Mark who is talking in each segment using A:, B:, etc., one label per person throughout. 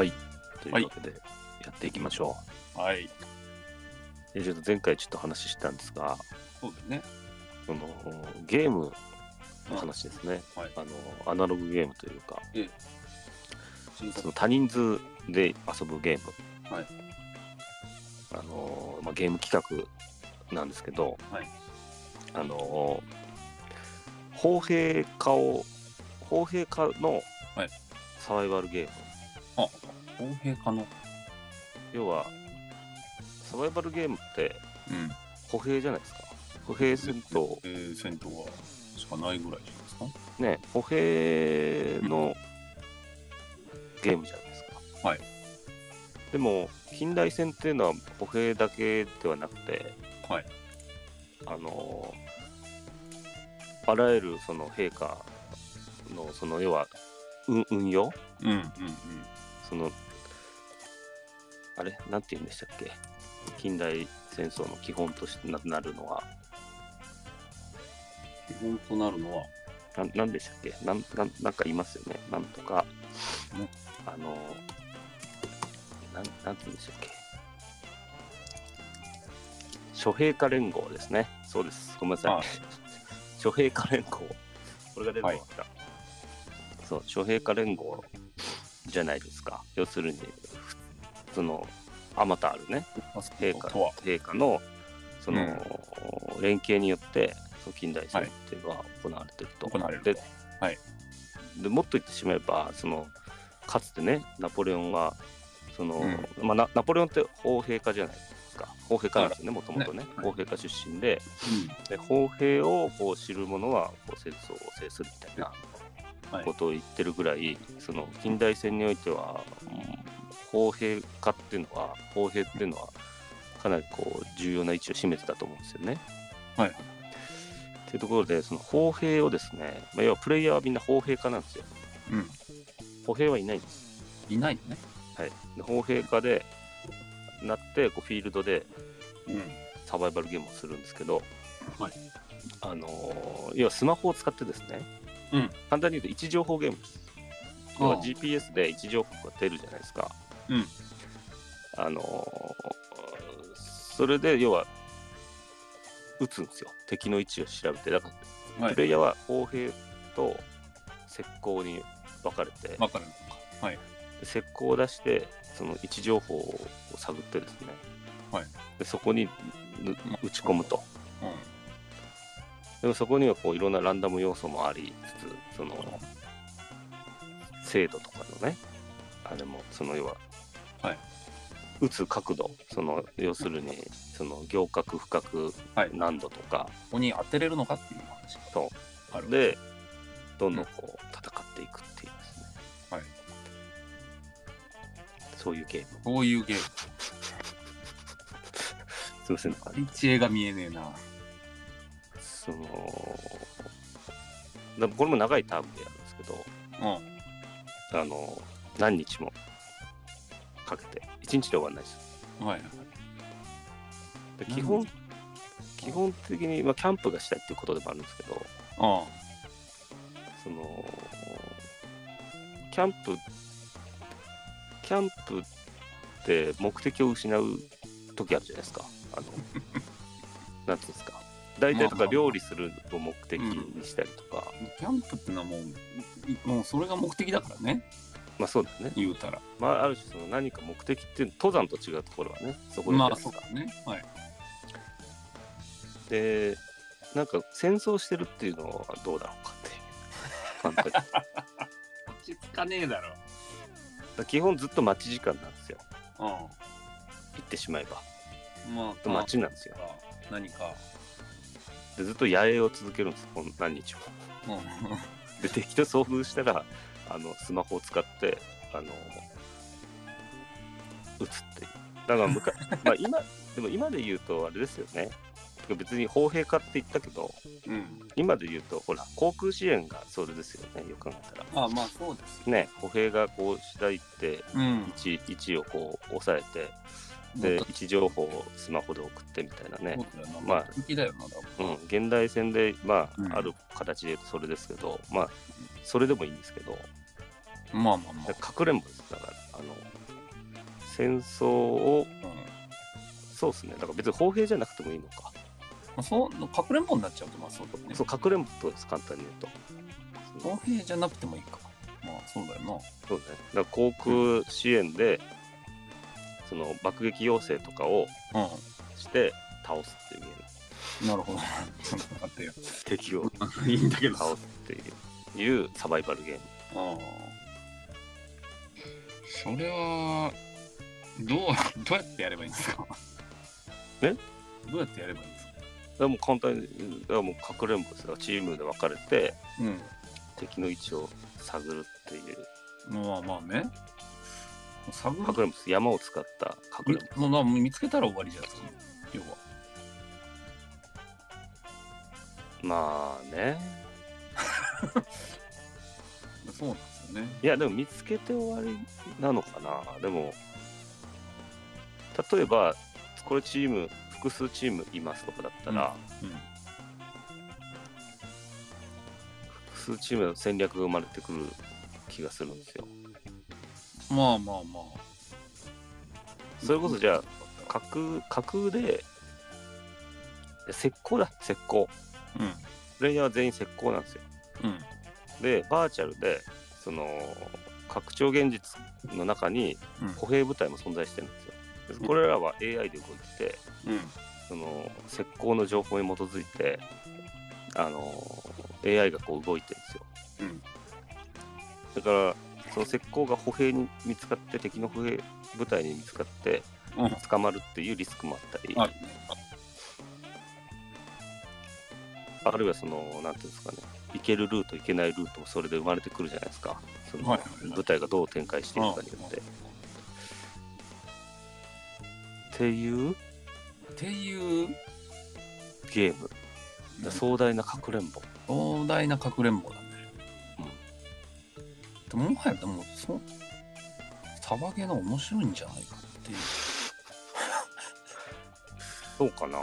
A: ということで、やっていきましょう。
B: はい。
A: でちょっと前回ちょっと話したんですが、
B: そうですね。
A: そのゲームの話ですね、
B: うんはい
A: あの。アナログゲームというか、
B: 新
A: そ
B: 作
A: の。多人数で遊ぶゲーム。
B: はい
A: あのまあ、ゲーム企画なんですけど、
B: はい
A: あの砲兵化を、砲兵化の
B: はい
A: サバイバルゲーム。
B: あ、公平化の。
A: 要は、サバイバルゲームって
B: うん。
A: 歩兵じゃないですか。歩兵すると、
B: えー、銭湯はしかないぐらいじゃないですか。
A: ね、歩兵のゲームじゃないですか。
B: はい。
A: でも、近代戦っていうのは歩兵だけではなくて、
B: はい。
A: あのーあらゆるその陛下の、その要は運運用
B: うんうんうん。
A: その、あれなんて言うんでしたっけ近代戦争の基本としてななるのは、
B: 基本となるのは、
A: ななんでしたっけなんなんなんかいますよね。なんとか
B: ね、
A: あの、なんなんて言うんでしたっけ諸兵家連合ですね。そうです。ごめんなさい
B: はい。
A: 諸兵家連合。これが出てました。そう、諸兵家連合じゃないですか。要するに、ふその、あまたあるね、
B: あそ
A: 陛
B: こ
A: 下
B: とは。
A: 陛下のその、連携によってその近代戦っていうのは行われてると。
B: 行われると
A: で,、
B: はい
A: でもっと言ってしまえばそのかつてねナポレオンはその、
B: うん
A: まあ、ナナポレオンって砲兵家じゃないですか砲兵家なんですよねもともとね
B: ねはい
A: 砲兵家出身でで砲兵をこう知る者はこう戦争を制するみたいな
B: はい
A: ことを言ってるぐらい、その近代戦においては、うん砲兵化っていうのは砲兵っていうのはかなりこう重要な位置を占めてたと思うんですよね。
B: はい
A: っていうところでその砲兵をですね、まあ、要はプレイヤーはみんな砲兵化なんですよ。
B: うん。うん。
A: 歩兵はいないんです。
B: いないね。
A: はい、で砲兵化でなってこうフィールドで
B: うん。
A: サバイバルゲームをするんですけど、
B: はい
A: あのー要はスマホを使ってですね、
B: うん
A: 簡単に言うと位置情報ゲームです。
B: ああ
A: 要は GPS で位置情報が出るじゃないですか。
B: うん
A: あのーそれで要は撃つんですよ。敵の位置を調べて、だから、
B: はい
A: プレイヤーは砲兵と石膏に分かれて、
B: わかるのか。はい。
A: で石膏を出してその位置情報を探ってですね、
B: はい
A: でそこにぬ打ち込むと
B: う
A: でもそこにはこういろんなランダム要素もありつつその精度とかのねあれもその要は、
B: はい
A: 打つ角度その要するにその行角不角
B: はい
A: 難度とか
B: ん。ここに当てれるのかっていう話が
A: と、
B: ある。
A: でどんどんこう戦っていくっていうですね、
B: はい
A: そういうゲーム
B: こういうゲー
A: すいませんなんか
B: ム。知恵が見えねえな。
A: そのだこれも長いタームでやるんですけど
B: うん。
A: あの何日もかけて1日で終わらないです
B: はいはい。
A: で
B: 何日
A: 基本基本的に、まあ、キャンプがしたいっていうことでもあるんですけど
B: ああ。
A: そのキャンプキャンプって目的を失う時あるじゃないですかあの なんていうんですか大体と
B: まあまあ
A: か
B: まあ
A: 料理するを目的にしたりとか、
B: キャンプってのはもう、もうそれが目的だからね、
A: まあそうだよね
B: 言うたら。
A: まあ、ある種その何か目的っていう登山と違うところはねそこで,、
B: まあ、そうだね。はい。
A: でなんか戦争してるっていうのはどうだろうかっていう感覚だか
B: 落ち着かねえだろ。
A: ら基本ずっと待ち時間なんですよ
B: う
A: 行ってしまえば
B: ん。ま
A: ずっと待ちなんですよ
B: あ、何か。
A: でずっと野営を続けるんですこの何日も
B: う
A: で敵と遭遇したらあのスマホを使ってあの撃つっていうだから昔まあ今でも今で言うとあれですよねてか別に砲兵化って言ったけど
B: ん。うん。
A: 今で言うとほら航空支援がそれですよねよく考えたら
B: まあまあ、そうですよ。
A: ね歩兵がこう下行って
B: うん。
A: 位置をこう押さえてで位置情報をスマホで送ってみたいなね、
B: そうだよ
A: ま
B: な。ま
A: あ
B: あ、目的だよな、多
A: う
B: 分。
A: ん、現代戦でまあ、
B: うん
A: ある形で言うとそれですけどまあそれでもいいんですけど
B: まあまあま
A: かくれんぼですだからあの戦争を、
B: うんま
A: そうですね、だから別に砲兵じゃなくてもいいのか。
B: あ、そうかくれんぼになっちゃうとまあそうだよね
A: そう、かくれんぼです、簡単に言うと。
B: 公平じゃなくてもいいかまあそうだよな
A: そうね、だから航空支援で、その爆撃要請とかを
B: う
A: して倒すっていうゲーム
B: んなるほどちょっと待ってよ
A: 敵を
B: いいんだけど
A: 倒すっていういうサバイバルゲーム
B: あ
C: それは、どう、どうやってやればいいんですか
A: え
C: どうやってやればいいんですか
A: だからもう簡単にだからもうかくれんぼですよチームで分かれて
B: あうん
A: 敵の位置を探るっていう
B: まあまあね探
A: かくれんぼです山を使ったかくれんぼ
B: みもうなもう見つけたら終わりじゃないですか要は
A: まあね
B: そうなんですよね
A: いやでも見つけて終わりなのかなでも例えばこれチーム複数チームいますとかだったら、
B: うんうん
A: 複数チームの戦略が生まれてくる気がするんですよ
B: まあまあまあ
A: それこそじゃあ架空架空で石膏だ石膏
B: う
A: プレイヤーは全員石膏なんですよ
B: んうん
A: でバーチャルでその拡張現実の中に
B: うん
A: 歩兵部隊も存在してるんですよでこれらは AI で動いてて
B: うん
A: その石膏の情報に基づいてあの AI がこう動いてるんですよ、
B: うん
A: だからその石膏が歩兵に見つかって敵の歩兵部隊に見つかって
B: うん
A: 捕まるっていうリスクもあったり、
B: ある
A: あるいはそのなんていうんですかね行けるルート行けないルートもそれで生まれてくるじゃないですかその
B: はいはいはい
A: 舞台がどう展開していくかによって。っていう
B: っていう
A: ゲーム壮大なかくれんぼ
B: 壮大なかくれんぼだね、でももはやでもそうサバゲーの面白いんじゃないかっていう
A: そうかな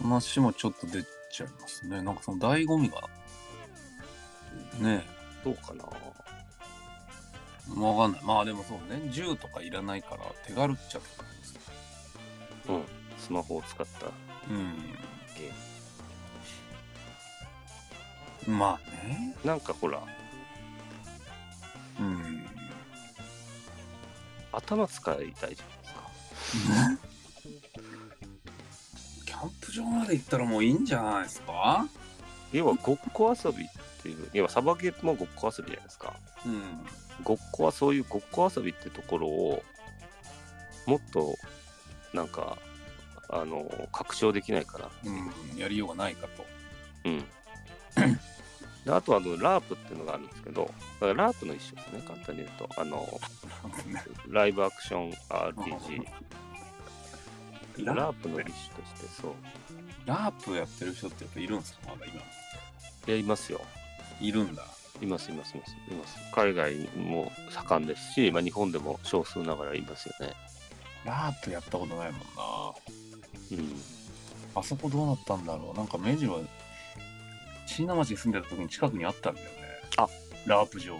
B: 話もちょっと出ちゃいますねなんかその醍醐味がね
A: どうかな
B: えわかんないまあでもそうね銃とかいらないから手軽っちゃ手軽ですね
A: うんスマホを使った
B: う
A: ゲーム
B: んまあね
A: なんかほら
B: うん
A: 頭使いたいじゃないですか
B: キャンプ場まで行ったらもういいんじゃないですか
A: 要はごっこ遊びっていう要はサバゲーもごっこ遊びじゃないですか
B: うん
A: ごっこはそういうごっこ遊びってところをもっとなんかあの拡張できないかな
B: うん、やりようがないかと。
A: うん。であとあの、ラープっていうのがあるんですけど、だからラープの一種ですね、簡単に言うと。あ の、ライブアクション RPG。
B: ラ
A: ラープの一種として、そう。
B: ラープやってる人ってやっぱいるんですかまだ今。
A: いや、いますよ。
B: いるんだ。
A: います、います、います。います海外も盛んですし、まあ、日本でも少数ながらいますよね。
B: ラープやったことないもんな。
A: うん。
B: あそこどうなったんだろう。なんか目白は、椎名町に住んでた時に近くにあったんだよね。
A: あ
B: ラープ場。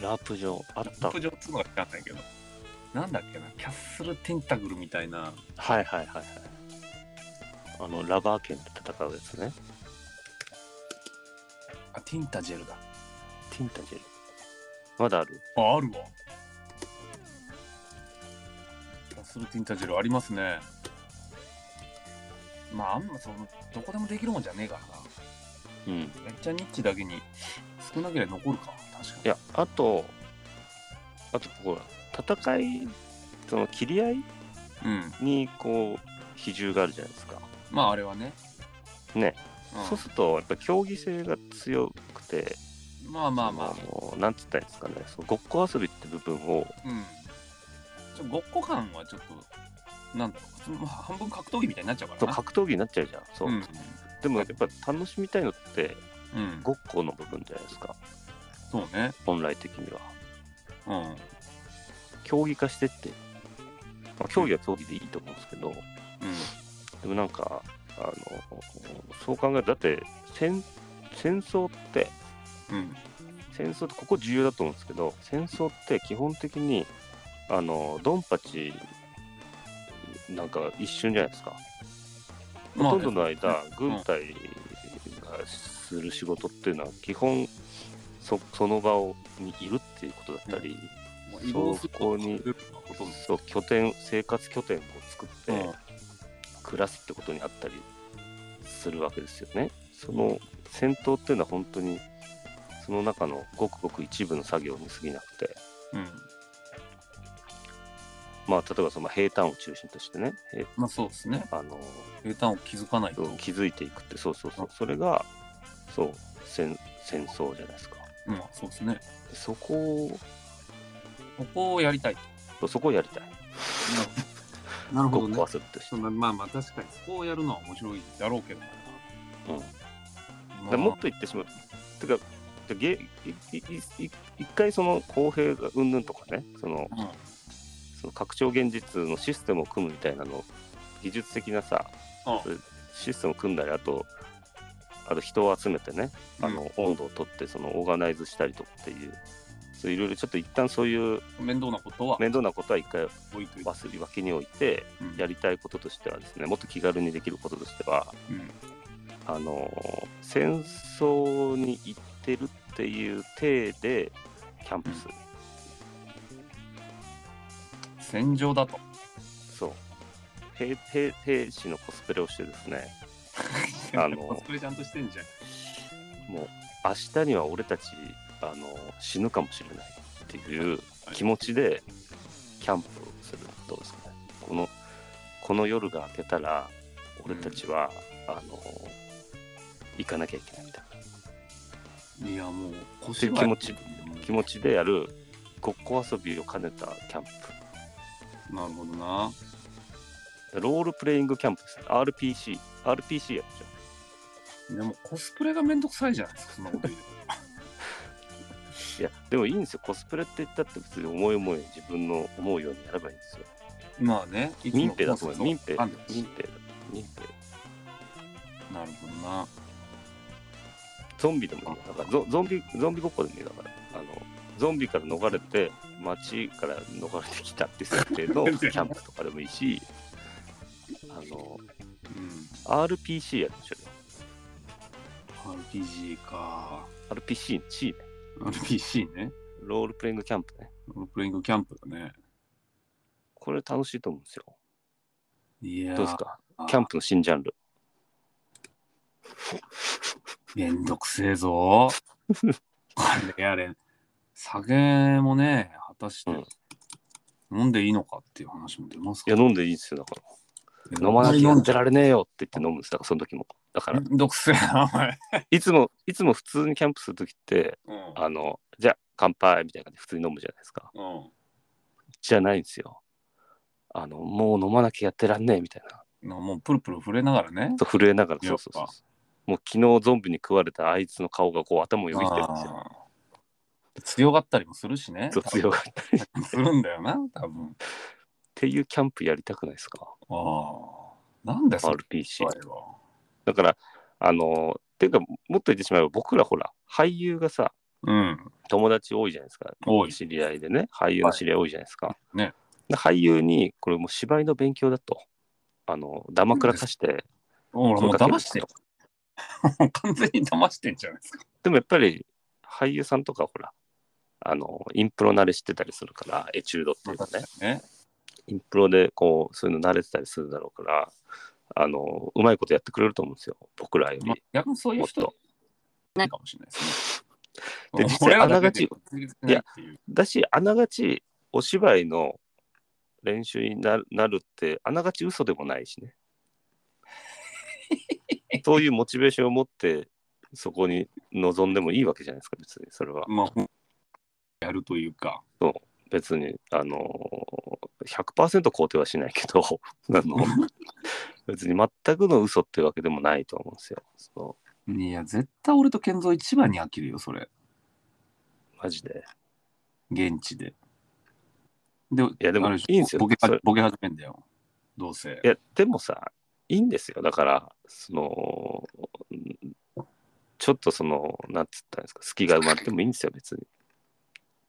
A: ラープ場、あっ
B: ラ
A: た。
B: ープ場っつうのが知らないけど。なんだっけな、キャッスルテンタグルみたいな。
A: はいはいはいはい。あの、ラバー剣で戦うやつね。
B: あ、ティンタジェルだ。
A: ティンタジェル。まだある。
B: あ、あるわ。キャッスルティンタジェルありますね。まあ、あんまその、どこでもできるもんじゃねえからな。
A: うん。
B: めっちゃニッチだけに少なければ残るか確かに
A: いや、あと、あと、こう、戦い、その切り合い
B: うん
A: に、こう、比重があるじゃないですか。
B: まああれはね
A: ね、
B: うん
A: そうすると、やっぱ競技性が強くて、
B: まあまあまあ
A: そのなんつったらいいんですかね、そのごっこ遊びって部分を、
B: うんちょごっこ感はちょっとなんだろう普通の半分格闘技みたいになっちゃうか
A: そう
B: らな
A: 格闘技になっちゃうじゃん。そう。
B: うん
A: でも、やっぱ楽しみたいのって、
B: うん
A: ごっこの部分じゃないですか、
B: そうね
A: 本来的には。
B: うん
A: 競技化してって、まあ、競技は競技でいいと思うんですけど、でもなんか、あのそう考えると、だって戦、戦争って、
B: うんうん
A: 戦争って、ここ重要だと思うんですけど、戦争って基本的に、あのドンパチなんか一瞬じゃないですか。
B: まあ
A: ほとんどの間、
B: うん
A: 軍隊がする仕事っていうのは、基本そ、その場をにいるっていうことだったり、
B: もう移動す
A: そ
B: る
A: こに
B: というのはほとんど
A: そう拠点、生活拠点を作って、
B: うん
A: 暮らすってことにあったりするわけですよね。その戦闘っていうのは本当にその中のごくごく一部の作業に過ぎなくて、
B: うん。
A: まあ、例えばその平坦を中心としてね、え
B: まあそうですね。
A: あの
B: 平坦を気づかないと。
A: 気づいていくってそうそうそう
B: うん
A: それがそう戦戦争じゃないですか。
B: まあそうですね。
A: でそこ
B: ここをやり たいと。
A: をそこをやりたい。
B: なる
A: ここを壊せるとして。
B: そのまあまあ確かにそこをやるのは面白いだろうけどな。
A: うんだ
B: ま
A: か
B: あ
A: らもっと言ってしまう。てかゲいいいい一回その公平がうんぬんとかねその
B: うん
A: その拡張現実のシステムを組むみたいなの技術的なさ、
B: うん
A: そういうシステムを組んだりあとあと人を集めてねあの、温度を取ってそのオーガナイズしたりとかっていうそういろいろちょっと一旦そういう
B: 面倒なことは
A: 面倒なことは一回
B: 多いという。
A: 忘れ脇に置いて
B: うん
A: やりたいこととしてはですねもっと気軽にできることとしては
B: うん
A: あの戦争に行ってるっていう体でキャンプする、
B: 戦場だと。
A: そう兵兵兵士のコスプレをしてですねあの
B: コスプレちゃんとしてんじゃん。
A: もう明日には俺たちあの死ぬかもしれないっていう気持ちでキャンプをするどうですかねこのこの夜が明けたら俺たちは、あの行かなきゃいけないみたい
B: いやもう
A: って
B: 腰
A: いう
B: は
A: 気持ちな気持ちでやるごっこ遊びを兼ねたキャンプ
B: なるほどな。
A: ロールプレイングキャンプですね RPCRPC やっちゃ
B: でもコスプレがめんどくさいじゃないですか、そんなこと言うと
A: ういやでもいいんですよコスプレって言ったって別に思い思い自分の思うようにやればいいんですよ
B: まあね、いつも
A: 民兵だと思います民兵
B: なんだよ
A: 民兵だ民兵
B: なるほどな。
A: ゾンビでもいいよ。だからゾゾンビ、ゾンビごっこでもいいよだから。あの、ゾンビから逃れて、街から逃れてきたって設定 のキャンプとかでもいいし、あの、
B: う
A: RPC やるでしょ。
B: ん。RPG か。
A: RPC、C ね。
B: RPG ね。
A: ロールプレイングキャンプね。
B: ロールプレイングキャンプだね。
A: これ楽しいと思うんですよ。
B: いやー
A: どうですかキャンプの新ジャンル。
B: めんどくせえ ぞ。あれあれ、酒もね、果たして、飲んでいいのかっていう話も出ます
A: い
B: か
A: や、
B: ら、
A: 飲んでいいんですよ。だか
B: い
A: ら。飲まなきゃ
B: 飲
A: や
B: ん
A: っ
B: じ
A: て
B: ゃ
A: られねえよって言って飲むんです。だから、その時も。だから、
B: めんどくせえな、お前。
A: いつも、いつも普通にキャンプする時って、
B: うん
A: あの、じゃあ、乾杯みたいな感じで普通に飲むじゃないですか。じゃないんですよ。あの、もう飲まなきゃやってらんねえみたいな。
B: うん。もうプルプル震えながらね。
A: そう震えながら、そう
B: やっぱ
A: そうそうそう。もう昨日ゾンビに食われたあいつの顔がこう頭をよぎってるんですよ。
B: あー強がったりもするしね。
A: そう強がったり。っ
B: するんだよな、多分。
A: ていうキャンプやりたくないですか
B: ああ。なんだよ、それ
A: ?RPC。
B: は。
A: だから、あの、ていうか、もっと言ってしまえば僕らほら、俳優がさ、
B: うん。
A: 友達多いじゃないですか。
B: 多い。
A: 知り合いでね、俳優の知り合い多いじゃないですか。
B: ね
A: で俳優に、これもう芝居の勉強だと。あの、ダマくらかして、
B: 俺も
A: 声
B: う
A: かける
B: 騙してる。もう完全に騙してんじゃないですか。
A: でもやっぱり俳優さんとかほら、あの、インプロ慣れしてたりするから、エチュードっていうかね、
B: ね。
A: インプロでこう、そういうの慣れてたりするだろうから、あの、うまいことやってくれると思うんですよ、僕らよ
B: まあ
A: り。
B: 逆にそういう
A: もっ
B: 人
A: と
B: ないかもしれないですね。
A: で実際あながち
B: いや、
A: だし、あながち、お芝居の練習になるなるって、あながち嘘でもないしね。そういうモチベーションを持って、そこに臨んでもいいわけじゃないですか、別に、それは。
B: まあ、ほんやるというか、
A: 別に、あのー、100%肯定はしないけど、 あの、別に全くの嘘ってわけでもないと思うんですよ。そ
B: いや、絶対俺と健三一番に飽きるよ、それ。
A: う、マジで。
B: 現地で。で、い
A: やでもいいんですよ
B: ボケ
A: それ
B: ボケ始めんだよ。どうせ
A: い。や、でもさ、いいんですよ。だから、その、うんちょっとその、なんつったんですか、隙が生まれてもいいんですよ、別に。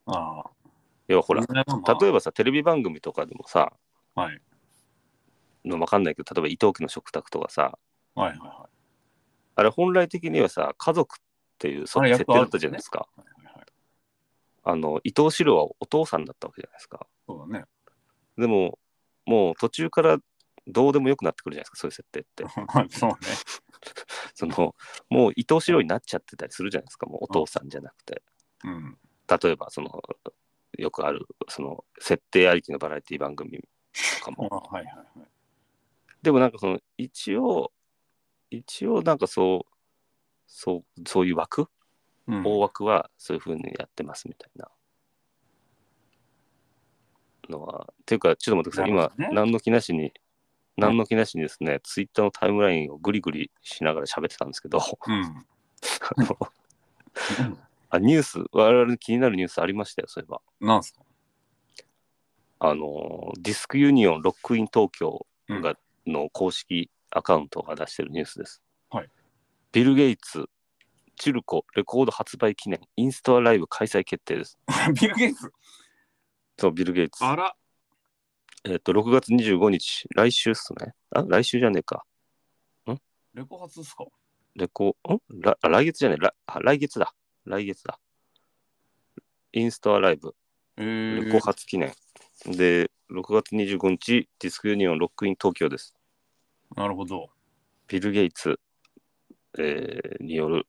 B: ああ。
A: 要はほら、
B: まあまあ
A: 例えばさ、テレビ番組とかでもさ、
B: はい。
A: の分かんないけど、例えば伊藤家の食卓とかさ、
B: はいはいは
A: あれ本来的にはさ、家族っていうそ
B: あ
A: う
B: れ
A: 設定
B: 役
A: だったじゃないですか。
B: いはいはいはい。
A: あの、伊藤四郎はお父さんだったわけじゃないですか。
B: そうだね。
A: でも、もう途中からどうでもよくなってくるじゃないですか、そういう設定って。
B: そうね。
A: その、もう伊藤四郎になっちゃってたりするじゃないですか、もうお父さんじゃなくて。
B: うん。
A: 例えば、その、よくある、その、設定ありきのバラエティ番組とか
B: あ
A: も。
B: はいはいはい。
A: でもなんかその、一応、一応なんかそう、そう、そういう枠
B: うん、
A: 大枠はそういう風にやってますみたいなのは、っていうかちょっと待ってください、
B: なる
A: 今
B: ほどね
A: 何の気なしに何の気なしにですね、ツイッターのタイムラインをぐりぐりしながら喋ってたんですけど
B: うん。
A: あのあニュース我々の気になるニュースありましたよそういえば
B: なんすか
A: あのディスクユニオンロックイン東京
B: うん
A: が、の公式アカウントが出してるニュースです、
B: はい
A: ビル・ゲイツチルコレコード発売記念インストアライブ開催決定です
B: ビル・ゲイツ。
A: そうビル・ゲイツ
B: あら。
A: えっと、6月25日、来週っすね。あ、来週じゃねえか。
B: レコ発っすか
A: レコ、んらあ来月じゃねえ来あ。来月だ。来月だ。インストアライブ、
B: え
A: レ
B: ー、
A: コ発記念。で、6月25日、ディスクユニオンロックイン東京です。
B: なるほど。
A: ビル・ゲイツ、えーによる、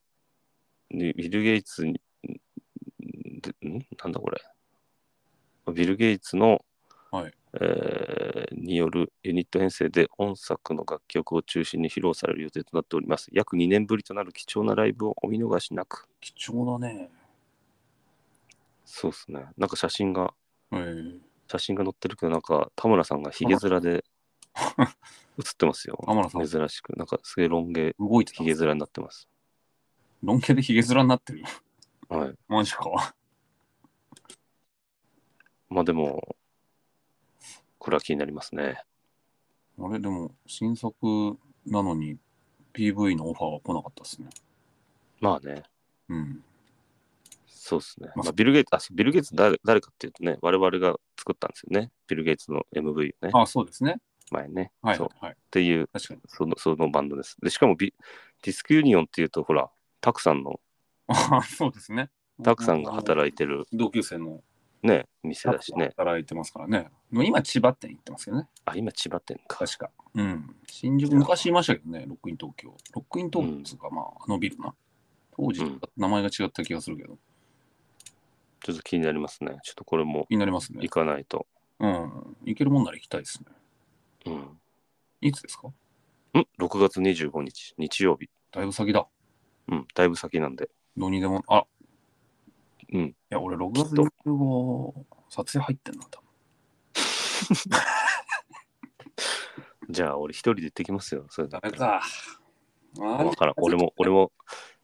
A: にビル・ゲイツに、んでんなんだこれ。ビル・ゲイツの、
B: はい
A: えーによるユニット編成で本作の楽曲を中心に披露される予定となっております。約2年ぶりとなる貴重なライブをお見逃しなく。
B: 貴重だね。
A: そうですね。なんか写真が、
B: えー、
A: 写真が載ってるけど、なんか田村さんがヒゲ面 で写ってますよ。
B: 田村さん
A: 珍しく。なんかすげえロン毛、
B: 動いてた
A: ヒ
B: ん
A: ゲ
B: です
A: 面になってます。
B: ロン毛でヒゲ面になってる。
A: はい。
B: マジか。
A: まあでも、これは気になりますね。
B: あれ、でも、新作なのに PV のオファーは来なかったですね。
A: まあね、
B: うん。
A: そうですね。
B: まあ
A: まあ、ビル・ゲイツ、あそうビル・ゲイツ誰誰かっていうとね、我々が作ったんですよね。ビル・ゲイツの MV をね、
B: あ、そうですね。
A: 前ね。
B: はい。
A: そうっ
B: はい。
A: ていう、
B: 確かに。
A: そのそのバンドです。で、しかもビ、ディスクユニオンっていうと、ほら、タクさんの、
B: あそうですね。
A: タクさんが働いてる
B: 同級生の
A: ね、店だし
B: タク
A: ね。
B: が働いてますからね。でも今、千葉店行ってますけどね。
A: あ、今、千葉店か。
B: 確か。うん。新宿、昔いましたけどね、ロックイン東京。ロックイン東京っていうか、まあ、あのビルな。当時、
A: うん
B: 名前が違った気がするけど、
A: ちょっと気になりますね。ちょっとこれも
B: 気になりますね
A: 行。かないと。
B: うん。行けるもんなら行きたいですね。
A: うん。
B: いつですか
A: ん ?6 月25日、日曜日。
B: だいぶ先だ。
A: うん、だいぶ先なんで。
B: どうにでも、あ、
A: うん
B: いや、俺、6
A: き
B: 月
A: っと
B: 25撮影入ってんな、多分。
A: じゃあ、俺一人で行ってきますよ。それだったら
B: か。マジ
A: わからん。俺も、俺も、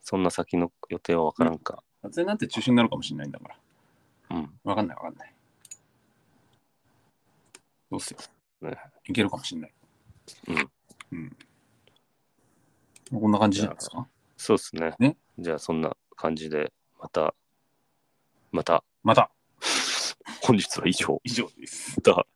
A: そんな先の予定はわからんか。
B: 撮影なんて中止になるかもしれないんだから。
A: うん。
B: わかんない、わかんない。どうせよ。
A: ね
B: いけるかもしれない。
A: うん。
B: うん。こんな感じじゃないですか。
A: そうですね。
B: ね
A: じゃあ、そんな感じで、また、また、
B: また、
A: 本日は以上
B: 以上です。
A: だ。